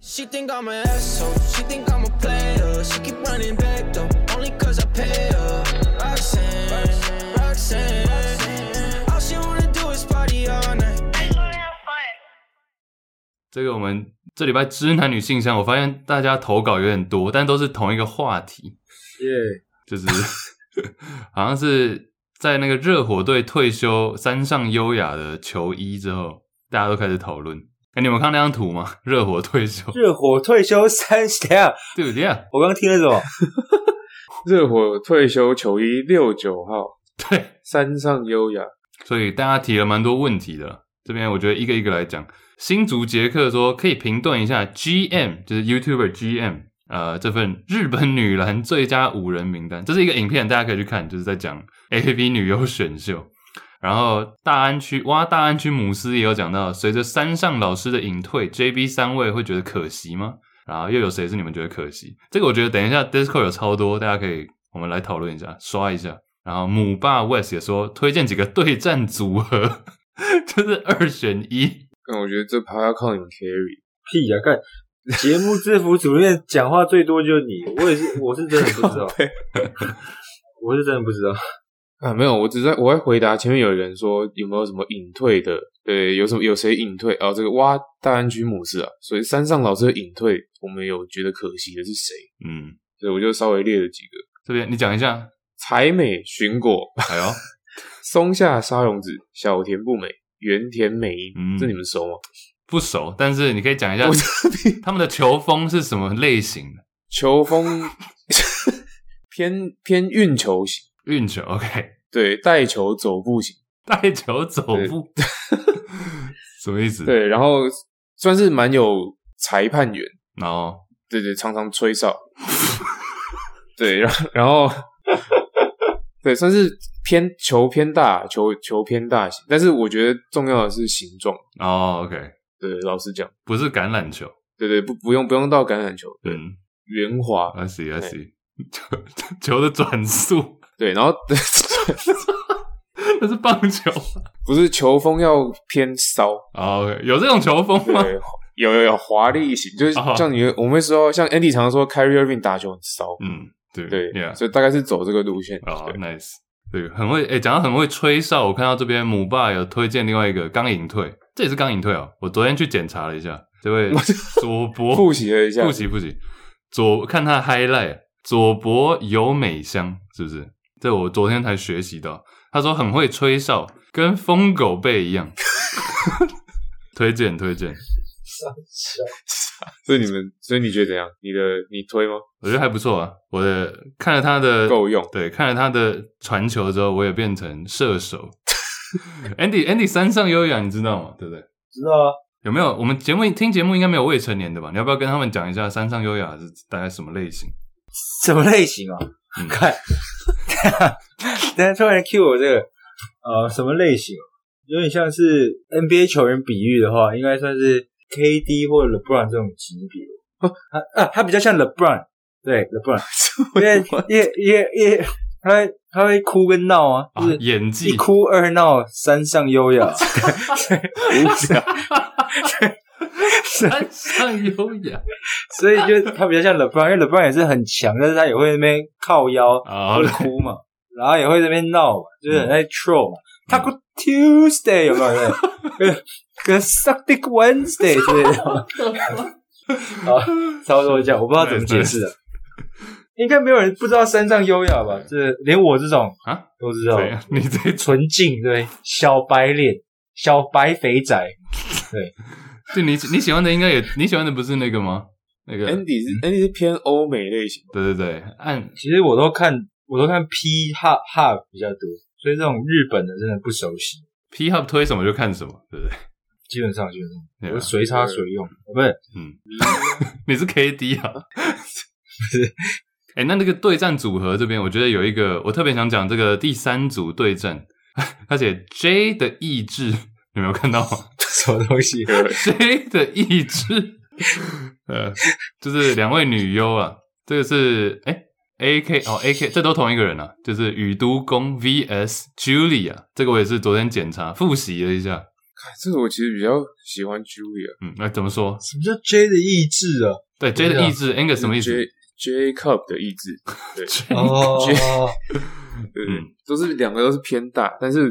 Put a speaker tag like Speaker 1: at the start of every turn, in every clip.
Speaker 1: She think I'm an asshole. She think I'm a player. She keep running back though, only cause I pay her. Roxanne, Roxanne. All she wanna do is party all night.
Speaker 2: 这个我们这礼拜知男女信箱，我发现大家投稿有点多，但都是同一个话题，
Speaker 3: 耶，
Speaker 2: 就是好像是在那个热火队退休山上优雅的球衣之后，大家都开始讨论。哎、你们有看那张图吗？热火退休，
Speaker 4: 热火退休三十，等一下
Speaker 2: 对不对啊？
Speaker 4: 我刚听了什 么？
Speaker 3: 热火退休球衣六九号，
Speaker 2: 对，
Speaker 3: 山上优雅，
Speaker 2: 所以大家提了蛮多问题的。这边我觉得一个一个来讲。新竹杰克说，可以评断一下 GM，就是 YouTuber GM，呃，这份日本女篮最佳五人名单，这是一个影片，大家可以去看，就是在讲 AV 女优选秀。然后大安区哇，大安区姆斯也有讲到，随着山上老师的隐退，JB 三位会觉得可惜吗？然后又有谁是你们觉得可惜？这个我觉得等一下 Discord 有超多，大家可以我们来讨论一下，刷一下。然后母霸 West 也说推荐几个对战组合， 就是二选一。
Speaker 3: 但嗯我觉得这趴要靠你们 carry。
Speaker 4: 屁呀、看节目制服组里面讲话最多就是你，我也是，我是真的不知道，我是真的不知道。
Speaker 3: 啊，没有，我只是在我在回答前面有人说有没有什么隐退的，对，有什么有谁隐退啊？这个哇，大安居姆斯啊，所以山上老师的隐退，我们有觉得可惜的是谁？
Speaker 2: 嗯，
Speaker 3: 所以我就稍微列了几个：
Speaker 2: 这边你讲一下。
Speaker 3: 采美、寻果、
Speaker 2: 哎呦，
Speaker 3: 松下沙龙子、小田不美、原田美樱，
Speaker 2: 嗯
Speaker 3: 这你们熟吗？
Speaker 2: 不熟，但是你可以讲一下
Speaker 3: 我这边
Speaker 2: 他们的球风是什么类型的？
Speaker 3: 球风 偏偏运球型，
Speaker 2: 运球，OK，
Speaker 3: 对，带球走步型，
Speaker 2: 带球走 步，什么意思？，
Speaker 3: 对，然后算是蛮有裁判员。
Speaker 2: 然后
Speaker 3: 对对，常常吹哨，对，然后然后对，算是偏球偏大，球球偏大型，但是我觉得重要的是形状。
Speaker 2: 哦，OK，
Speaker 3: 对，老实讲，
Speaker 2: 不是橄榄球，
Speaker 3: 对对，不不用不用到橄榄球，对，
Speaker 2: 嗯
Speaker 3: 圆滑，
Speaker 2: ，I see，I see，球 球的转速，
Speaker 3: 对，然后
Speaker 2: 那是棒球
Speaker 3: 不是球风要偏骚，
Speaker 2: 哦，OK，有这种球风 吗？
Speaker 3: 对，有有有华丽型，就是
Speaker 2: 哦
Speaker 3: 像你我们会说，像 Andy 常常说 Kyrie Irving 打球很骚，
Speaker 2: 嗯，对
Speaker 3: 对
Speaker 2: ，Yeah，
Speaker 3: 所以大概是走这个路线，
Speaker 2: 哦
Speaker 3: 对
Speaker 2: ，Nice，对，很会，诶，讲到很会吹哨，我看到这边母爸有推荐另外一个刚隐退，这也是刚隐退哦，我昨天去检查了一下，这位佐伯
Speaker 3: 复习了一下
Speaker 2: 复，习复习。左看他的 highlight，左博有美香是不是？这我昨天才学习到。他说很会吹哨，跟疯狗贝一 样。推荐推荐，
Speaker 3: 所以你们，所以你觉得怎样？你的你推吗？
Speaker 2: 我觉得还不错啊。我的看了他的
Speaker 3: 够用
Speaker 2: 对，看了他的传球之后，我也变成射手。Andy Andy 山上优雅，你知道吗？对不对？
Speaker 4: 知道啊，
Speaker 2: 有没有我们节目听节目应该没有未成年的吧？你要不要跟他们讲一下山上优雅是大概什么类型？
Speaker 4: 什么类型啊？
Speaker 2: 嗯
Speaker 4: 看， 等一下突然 cue 我这个，呃，什么类型？有点像是 NBA 球员比喻的话，应该算是 KD 或 LeBron 这种级别。啊啊，他比较像 LeBron，对 LeBron，因为因为因为因为他会他会哭跟闹啊，
Speaker 2: 啊
Speaker 4: 就是，
Speaker 2: 演技
Speaker 4: 一哭二闹三上优雅，
Speaker 2: 山上优雅
Speaker 4: 所以就他比较像 LeBron，因为 LeBron 也是很强，但是他也会在那边靠腰，
Speaker 2: 啊
Speaker 4: 然后哭嘛，然后也会在那边闹嘛，就是很在 troll 嘛。他 o Tuesday 有没有？对跟 Suck Dick Wednesday 之类的。好，差不多这样，我不知道怎么解释的。应该没有人不知道山上优雅吧？这连我这种
Speaker 2: 啊
Speaker 4: 都知道
Speaker 2: 怎，样？你这
Speaker 4: 纯净对，小白脸、小白肥仔，
Speaker 2: 对你你喜欢的应该也你喜欢的不是那个吗？那
Speaker 4: 哎
Speaker 2: 个
Speaker 3: Andy 是 Andy 是偏欧美类型，
Speaker 2: 对对对，按
Speaker 4: 其实我都看，我都看 P 哈哈比较多，所以这种日本的真的不熟悉，
Speaker 2: P Hub 推什么就看什么，对不对？
Speaker 4: 基本上基本上
Speaker 2: 对
Speaker 4: 我
Speaker 2: 啊
Speaker 4: 是随插随用，不是
Speaker 2: 嗯， 你是 KD 啊？哎、那那个对战组合这边，我觉得有一个我特别想讲这个第三组对战，而且 J 的意志，你没有看到吗
Speaker 4: 什么东西，
Speaker 2: ？J 的意志，呃，就是两位女优啊，这个是哎、A K 哦 A K 这都同一个人啊，就是宇都宫 V S Julia，这个我也是昨天检查复习了一下，
Speaker 3: 看这个我其实比较喜欢 Julia，
Speaker 2: 嗯，那、怎么说？
Speaker 4: 什么叫 J 的意志啊？
Speaker 2: 对 J 的意志，Angus 什么意思？
Speaker 3: J Jacob 的意志，对
Speaker 4: 哦，
Speaker 3: 对
Speaker 2: 嗯
Speaker 3: 对，都是两个都是偏大，但是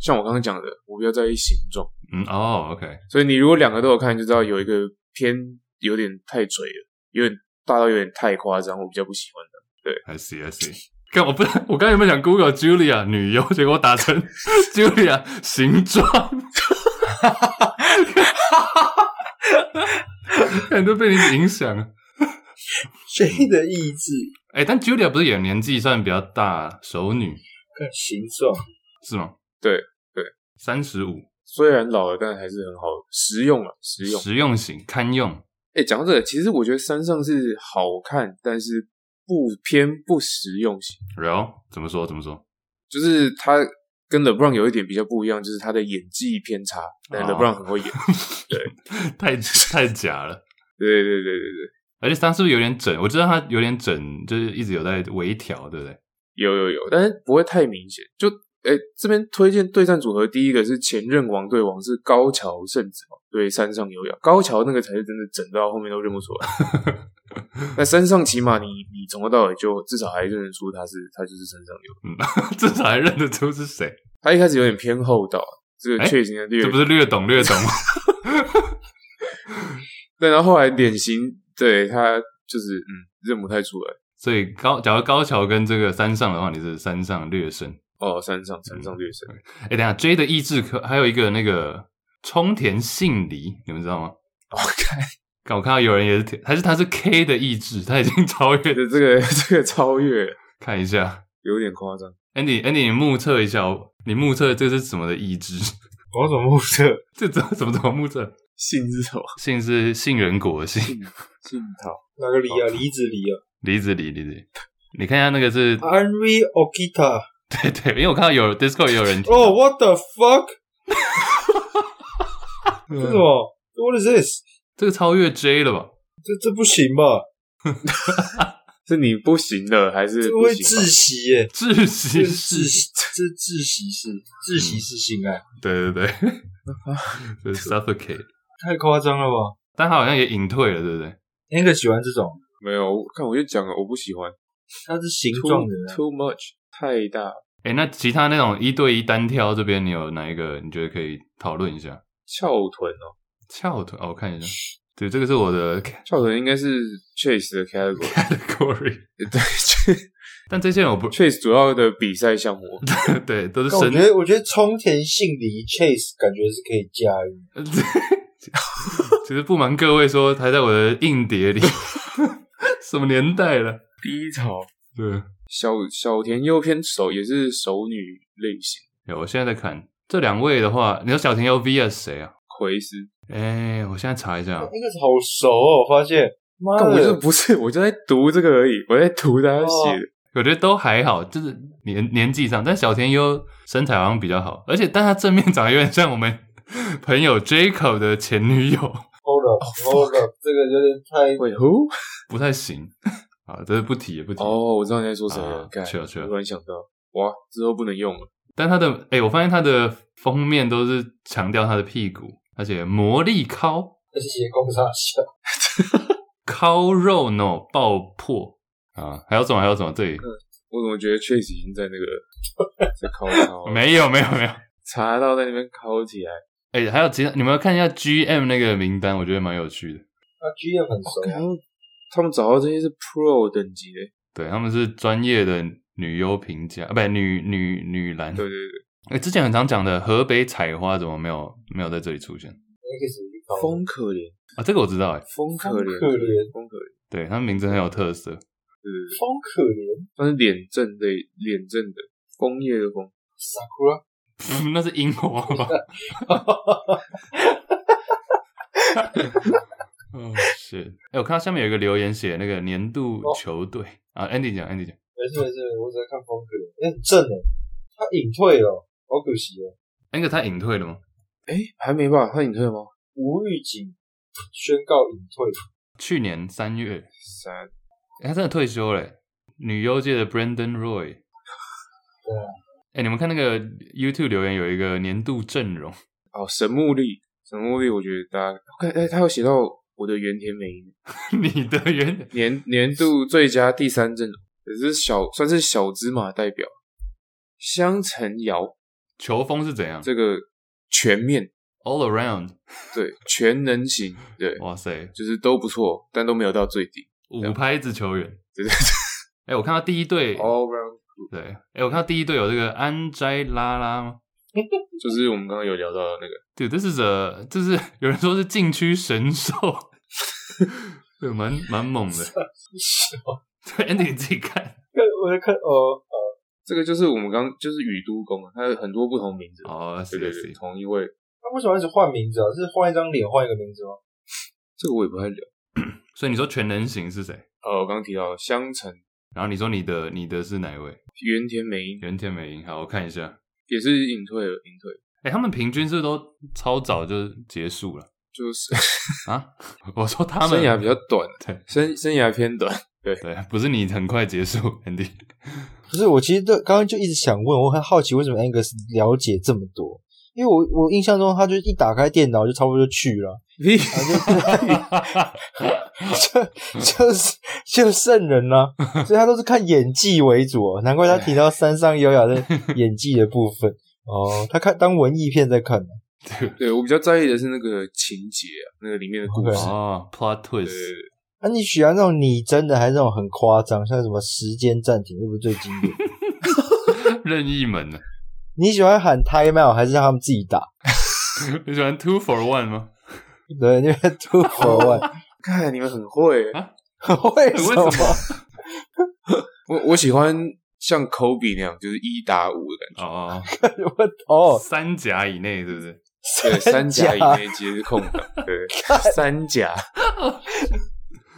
Speaker 3: 像我刚刚讲的，我比较在意形状，
Speaker 2: 嗯，哦，OK，
Speaker 3: 所以你如果两个都有看，就知道有一个偏有点太垂了，有点大到有点太夸张，我比较不喜欢的。
Speaker 2: I see, I see。看，我不，我刚才有没有想 Google Julia 女优，结果我打 成 Julia 形状，看都被你影响了。
Speaker 4: J 的意志，
Speaker 2: 哎、但 Julia 不是也年纪算比较大，熟女
Speaker 4: 看形状，
Speaker 2: 是吗？
Speaker 3: 对对，
Speaker 2: 三十五，
Speaker 3: 虽然老了，但还是很好实用啊，实用。
Speaker 2: 实用型，堪用。
Speaker 3: 哎、讲到这个，其实我觉得山上是好看，但是不偏不实用型，
Speaker 2: 然后怎么说？怎么说？
Speaker 3: 就是他跟 LeBron 有一点比较不一样，就是他的演技偏差，但
Speaker 2: 哦
Speaker 3: LeBron 很会演。
Speaker 2: 太太假了。
Speaker 3: 对对对对对，
Speaker 2: 而且他是不是有点整？我知道他有点整，就是一直有在微调，对不对？
Speaker 3: 有有有，但是不会太明显。就哎、这边推荐对战组合，第一个是前任王对王是高桥圣子嘛，对山上有雅，高桥那个才是真的整到后面都认不出来。 那山上起码你你从头到尾就至少还认得出他是他就是山上有，
Speaker 2: 至少还认得出是谁。
Speaker 3: 他一开始有点偏厚道，这个
Speaker 2: 哎
Speaker 3: 确实的略
Speaker 2: 这不是略懂略懂吗？
Speaker 3: 对，然后后来脸型，对他就是嗯认不太出来。
Speaker 2: 所以高，假如高桥跟这个山上的话，你是山上略胜。
Speaker 3: 哦，山上山上略胜，
Speaker 2: 哎、等一下 J 的意志可还有一个那个冲田杏梨，你们知道吗？
Speaker 3: 我看
Speaker 2: 看我看到有人也是填，还是他是 K 的意志，他已经 超越
Speaker 3: 这
Speaker 2: 了。
Speaker 3: 个这个这个超越了
Speaker 2: 看一下
Speaker 3: 有点夸张。
Speaker 2: Andy Andy，你目测一下，你目测这是什么的意志？
Speaker 4: 我怎么目测？
Speaker 2: 这怎么怎么怎么目测？
Speaker 3: 性是什么？
Speaker 2: 杏是杏仁果的杏，
Speaker 3: 杏桃
Speaker 4: 哪个梨啊？梨子梨啊
Speaker 2: 梨子梨梨子。你看一下那个是，
Speaker 4: ？Henry Okita。
Speaker 2: 对对，因为我看到有 Discord 也有人提到
Speaker 4: 哦、w h a t the fuck？这什么？What is this？
Speaker 2: 这个超越 J 了吧？
Speaker 4: 这这不行吧？
Speaker 3: 是你不行了还是
Speaker 4: 这
Speaker 3: 不
Speaker 4: 会
Speaker 3: 行
Speaker 4: 窒息耶、
Speaker 2: 窒
Speaker 4: 这
Speaker 2: 息
Speaker 4: 窒
Speaker 2: 是，
Speaker 4: 息，这窒息是窒息是性爱，
Speaker 2: 对对对，就是 suffocate。
Speaker 4: 太夸张了吧？
Speaker 2: 但他好像也隐退了，对不对？
Speaker 4: 那个喜欢这种，
Speaker 3: 没有，我看我就讲了，我不喜欢
Speaker 4: 他是形
Speaker 3: too
Speaker 4: 状的人啊，
Speaker 3: too much 太大。
Speaker 2: 哎，那其他那种一对一单挑这边，你有哪一个你觉得可以讨论一下？
Speaker 3: 翘臀哦，
Speaker 2: 翘臀哦，我看一下，对，这个是我的
Speaker 3: 翘臀应该是 Chase 的 category。
Speaker 2: category。
Speaker 3: 对，Chase
Speaker 2: 但这 些人我不
Speaker 3: Chase 主要的比赛项目，
Speaker 2: 对，都是
Speaker 4: 但我
Speaker 2: 身
Speaker 4: 觉得，我觉得冲田杏梨 Chase 感觉是可以驾驭。
Speaker 2: 其实不瞒各位说，还在我的硬碟里， 什么年代了？
Speaker 3: 低潮。
Speaker 2: 对，
Speaker 3: 小小田优偏手也是熟女类型，
Speaker 2: 有，我现在在看这两位的话，你说小田优 V 是谁啊？
Speaker 3: 奎斯
Speaker 2: 哎，我现在查一下，
Speaker 4: 那个好熟哦，我发现，妈
Speaker 3: 啊但我就
Speaker 4: 的，
Speaker 3: 不是，我就在读这个而已，我在读他写的。
Speaker 2: 我觉得都还好，就是年年纪上，但小田优身材好像比较好，而且但他正面长得有点像我们朋友 Jacob 的前女友，
Speaker 4: hold
Speaker 3: 哦
Speaker 4: up，hold up，这个有点太
Speaker 3: 喂 who？
Speaker 2: 不太行啊，这是不提也不提。
Speaker 3: 哦，我知道你在说谁了
Speaker 2: 啊，
Speaker 3: 干
Speaker 2: 去了去了
Speaker 3: 突然想到，哇，之后不能用了。
Speaker 2: 但他的哎、我发现他的封面都是强调他的屁股，而且魔力尻
Speaker 4: 斜弓上下，
Speaker 2: 尻肉呢爆破啊，还有什么还有什么？这里
Speaker 3: 我怎么觉得 Chase 已经在那个在考考，
Speaker 2: 没有没有没有。
Speaker 3: 查到在那边考起来。
Speaker 2: 哎、还有其他，你们要看一下 GM 那个名单，我觉得蛮有趣的。
Speaker 4: 他 GM 啊很熟，
Speaker 3: 然后啊他们找到这些是 Pro 等级的，
Speaker 2: 对，他们是专业的女优评价，啊，不女女女篮。
Speaker 3: 对对对，
Speaker 2: 哎、之前很常讲的河北采花怎么没有没有在这里出现
Speaker 4: 那个什么
Speaker 3: 风可怜，
Speaker 2: 啊？这个我知道哎、
Speaker 3: 风可怜，
Speaker 4: 哦风可怜，
Speaker 3: 风可怜，
Speaker 2: 对，他们名字很有特色。
Speaker 3: 对对对，
Speaker 4: 风可怜
Speaker 3: 算是脸正类脸正的枫叶的枫，
Speaker 4: ，Sakura，
Speaker 2: 那是樱花吧？哦，是。哎，我看到下面有一个留言写那个年度球队、啊，Andy 讲，Andy 讲，
Speaker 4: 没事没事，我只在看风可怜，哎，很正哎，他隐退了，好可惜哦，
Speaker 2: 那个他隐退了吗？
Speaker 3: 哎，还没吧？他隐退了吗？
Speaker 4: 无预警宣告隐退，
Speaker 2: 去年三月，
Speaker 3: 三，
Speaker 2: 哎他真的退休了。女优界的 Brandon Roy。对
Speaker 4: 啊。
Speaker 2: 哎，你们看那个 YouTube 留言有一个年度阵容，
Speaker 3: 哦，神木力，神木力，我觉得大家，看，哎，他有写到我的原田美樱
Speaker 2: 你的原
Speaker 3: 年年度最佳第三阵容，也是小算是小芝麻代表，香橙瑶
Speaker 2: 球风是怎样
Speaker 3: 这个全面
Speaker 2: ？All around，
Speaker 3: 对全能型，对，
Speaker 2: 哇塞，
Speaker 3: 就是都不错，但都没有到最低。
Speaker 2: 五拍子球员。
Speaker 3: 对对 哦
Speaker 2: 哎、我看到第一队，
Speaker 3: All round，
Speaker 2: 对，哎、我看到第一队有这个安斋拉拉吗
Speaker 3: 就是我们刚刚有聊到的那个，
Speaker 2: ？Dude，这是这，这是 有人说是禁区神兽， 对，蛮蛮猛
Speaker 3: 啊
Speaker 2: 的。对，Andy 你自己看。
Speaker 4: 看我在看哦，
Speaker 3: 这个就是我们刚就是宇都宫啊，它有很多不同名字，
Speaker 2: 哦，
Speaker 3: 对
Speaker 2: 是
Speaker 3: 对
Speaker 2: 是
Speaker 3: 对，
Speaker 2: 是，
Speaker 3: 同一位，
Speaker 4: 那为什么一直换名字啊？是换一张脸换一个名字吗？
Speaker 3: 这个我也不太了。
Speaker 2: 所以你说全能型是谁？
Speaker 3: 呃，我刚刚提到香橙
Speaker 2: 然后你说你的你的是哪一位？
Speaker 3: 原田美樱
Speaker 2: 原田美樱。好，我看一下。
Speaker 3: 也是隐退了，隐退了
Speaker 2: 哎、他们平均是不是都超早就结束了
Speaker 3: 就是
Speaker 2: 啊？ 我说他们
Speaker 3: 生涯比较 短，
Speaker 2: 对
Speaker 3: 生生涯偏 短。
Speaker 2: 对，不是你很快结束，Andy。
Speaker 4: 不是，我其实都刚刚就一直想问，我很好奇为什么 Angus 了解这么多。因为我我印象中，他就一打开电脑就差不多就去了，
Speaker 3: 屁
Speaker 4: 就就是就圣人了、所以他都是看演技为主哦、难怪他提到山上优雅的演技的部 分哦，他看当文艺片在看、 啊
Speaker 3: 对我比较在意的是那个情节啊，那个里面的故事。
Speaker 2: 哦，plot
Speaker 3: 对
Speaker 2: twist，
Speaker 4: 那、啊你喜欢那种拟真的，还是那种很夸张，像什么时间暂停，是不是最经典？
Speaker 2: 任意门啊呢？
Speaker 4: 你喜欢喊 time out，还是让他们自己打？
Speaker 2: 你喜欢 two for one 吗？
Speaker 4: 对，因为 two for
Speaker 3: 看你们很会。
Speaker 4: one，为
Speaker 2: 为
Speaker 4: 什
Speaker 2: 什么
Speaker 4: 么？
Speaker 3: 我我喜欢像 Kobe 那样，就是一打五的感觉。
Speaker 2: 哦，
Speaker 4: 我哦，
Speaker 2: 三甲以内是不是？
Speaker 3: 对，三
Speaker 4: 甲
Speaker 3: 甲以内皆是空档。 对，三甲。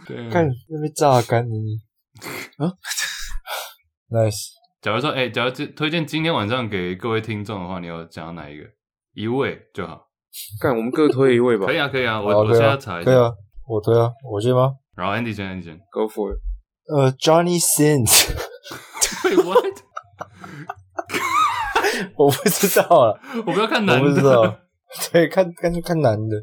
Speaker 2: 对
Speaker 4: 看那边榨干你
Speaker 3: 啊
Speaker 4: ！Nice，
Speaker 2: 假如说，哎、假如这推荐今天晚上给各位听众的话，你有讲到哪一个？一位就好，
Speaker 3: 看我们各推一位吧。
Speaker 2: 可以啊，可以啊，我、
Speaker 4: 好
Speaker 2: 我
Speaker 4: 可以
Speaker 2: 现
Speaker 4: 啊
Speaker 2: 在查一下
Speaker 4: 对。啊，我对啊，我先吗？
Speaker 2: 然后 Andy 先，Andy 先。
Speaker 3: Go for it。
Speaker 4: 呃，Johnny Sins，
Speaker 2: 对，what？
Speaker 4: 我不知道啊，
Speaker 2: 我不要看
Speaker 4: 我
Speaker 2: 男
Speaker 4: 不知道啊
Speaker 2: 的，。
Speaker 4: 对，看看看男的，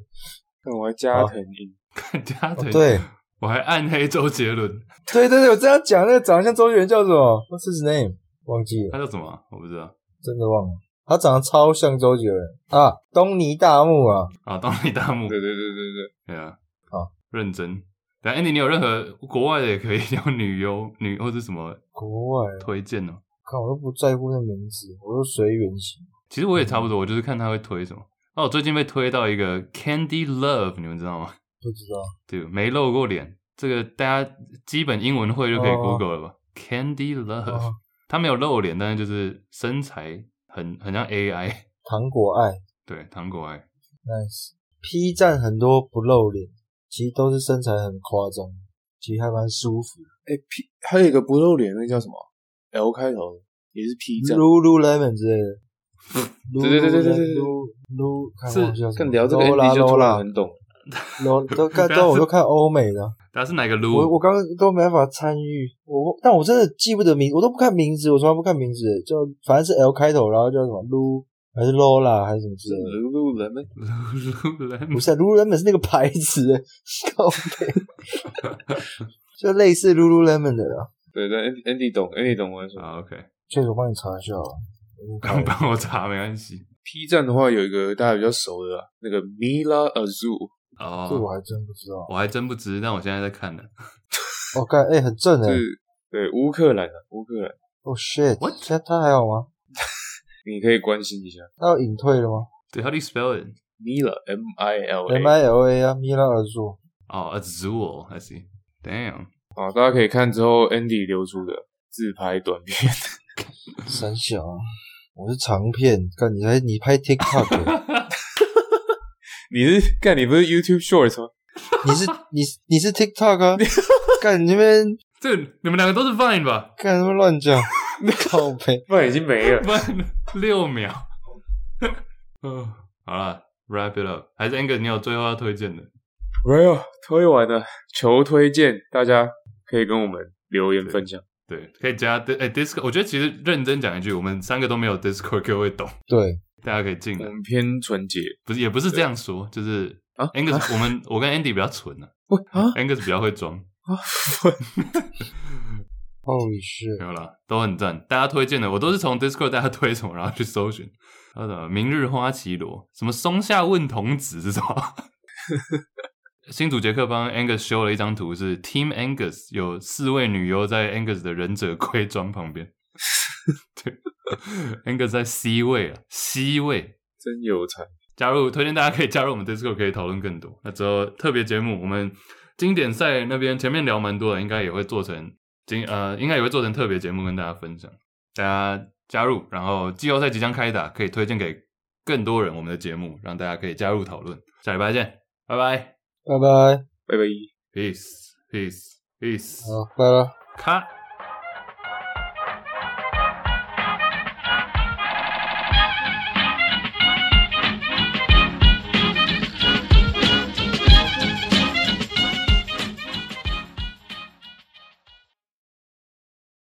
Speaker 3: 看我还加藤鹰。
Speaker 2: 看家
Speaker 4: 哦
Speaker 2: 庭。，
Speaker 4: 对
Speaker 2: 我还暗黑周杰伦，
Speaker 4: 对对对，我这样讲，那个长得像周杰伦叫什么？What's his name？忘记了，
Speaker 2: 他叫什么啊？我不知道。
Speaker 4: 真的忘了。他长得超像周杰伦啊，东尼大木啊，
Speaker 2: 啊，东尼大木
Speaker 3: 对，对对对对，
Speaker 2: 对啊，
Speaker 4: 好
Speaker 2: 认真。等下 Andy，你有任何国外的也可以，有女优、女或是什么
Speaker 4: 国外，
Speaker 2: 推荐哦呢？
Speaker 4: 看我都不在乎那名字，我都随缘型。
Speaker 2: 其实我也差不
Speaker 4: 嗯
Speaker 2: 多，我就是看他会推什么。哦，我最近被推到一个 Candy Love，你们知道吗？
Speaker 4: 不知道，
Speaker 2: 对，没露过脸，这个大家基本英文会就可以
Speaker 4: 哦
Speaker 2: Google 了吧、c a n d y Love，、
Speaker 4: 哦
Speaker 2: 他没有露脸，但是就是身材很很像 AI，
Speaker 4: 糖果爱
Speaker 2: 对，糖果 AI。
Speaker 4: ，nice。P 站很多不露脸，其实都是身材很夸张，其实还蛮舒服。
Speaker 3: 哎 P 还有一个不露脸，那叫什么？L 开头的，也是 P 站。
Speaker 4: Lululemon 之类的。
Speaker 3: 对对对对对对
Speaker 4: ，Lulu Lulu，看
Speaker 2: 是
Speaker 4: 忘记叫什么
Speaker 3: 看聊这个
Speaker 4: Lola
Speaker 3: Andy 就突然
Speaker 4: Lola
Speaker 3: 很懂。
Speaker 4: Lola，都 看都我都看欧美的，
Speaker 2: 他是哪个
Speaker 3: 嗯
Speaker 4: 我
Speaker 2: Lu？
Speaker 4: 我刚刚都没办法参与，我但我真的记不得名，我都不看名字，我从来不看名字，叫反正是 L 开头，然后叫什么 Lu 还是 Lola 还是什么之类
Speaker 3: 嗯
Speaker 4: 的。
Speaker 3: Lululemon。
Speaker 4: 不
Speaker 2: Lululemon
Speaker 4: 是、啊、，Lululemon 是那个牌子， 靠背， 就类似 Lululemon 的啦。
Speaker 3: 对，但 Andy Andy 懂，Andy 懂我在说。
Speaker 2: 啊，OK，
Speaker 4: 这个我帮你查一下吧。
Speaker 2: 不用帮我查没关系。
Speaker 3: P 站的话，有一个大家比较熟的、啊，那个 Mila Azul，
Speaker 2: 哦、
Speaker 4: 这我还啊真不知道。
Speaker 2: 我还真不知，但我现在在看呢。
Speaker 4: 哦，看，哎、很正哎、
Speaker 3: 是对乌克兰的、啊乌克兰，
Speaker 4: 哦、shit，
Speaker 2: What？
Speaker 4: 现在他还好吗？
Speaker 3: 你可以关心一下
Speaker 4: 他要隐退了吗
Speaker 2: 对，How do you spell it？
Speaker 3: Mila M I L
Speaker 4: ？M
Speaker 3: A。
Speaker 4: I L A 啊，米拉尔佐。
Speaker 2: 哦、a z u l i see。Damn，
Speaker 3: 好，大家可以看之后 Andy 流出的自拍短片，
Speaker 4: 三小啊，我是长片，看你还你拍 TikTok，的欸
Speaker 3: 你是干你不是 YouTube Shorts 吗？
Speaker 4: 你 是你是你是 TikTok 啊？干你那边
Speaker 2: 这个你们两个都是 Vine 吧
Speaker 4: 干什么乱 讲？靠背，
Speaker 3: 不然已经没 了。
Speaker 2: ？Vine 六秒。嗯，好了，wrap it up。还是 Angus，你有最后要推荐的？
Speaker 3: 没有，推完了，求推荐，大家可以跟我们留言分享。
Speaker 2: 对，可以加 Dis，哎、d i s c o 我觉得其实认真讲一句，我们三个都没有 Discord，各位懂。
Speaker 4: 对，
Speaker 2: 大家可以进
Speaker 3: 我
Speaker 2: 来。
Speaker 3: 们偏纯洁。
Speaker 2: 不是，也不是这样说，就是
Speaker 3: 啊
Speaker 2: Angus，我们我跟 Andy 比较纯啊
Speaker 3: 喂啊，
Speaker 2: ，Angus 比较会装，
Speaker 4: Holy shit！
Speaker 2: 没有啦，都很赞。大家推荐的我都是从 Discord 大家推什么，然后去搜寻。还有什么明日花绮罗，什么松下问童子这种。 新主杰克帮 Angus 修了一张图，是 Team Angus 有四位女优在 Angus 的忍者盔装旁边。 对，Angus 在 C 位啊，C 位。
Speaker 3: 真有才。
Speaker 2: 加入，推荐大家可以加入我们 Discord，可以讨论更多。那之后特别节目，我们经典赛那边前面聊蛮多的，应该也会做成经呃，应该也会做成特别节目跟大家分享。大家加入，然后季后赛即将开打，可以推荐给更多人我们的节目，让大家可以加入讨论。下礼拜见，拜拜
Speaker 4: 拜拜，
Speaker 3: 拜拜。
Speaker 2: ，peace peace peace，
Speaker 4: 好，拜了。
Speaker 2: 咔。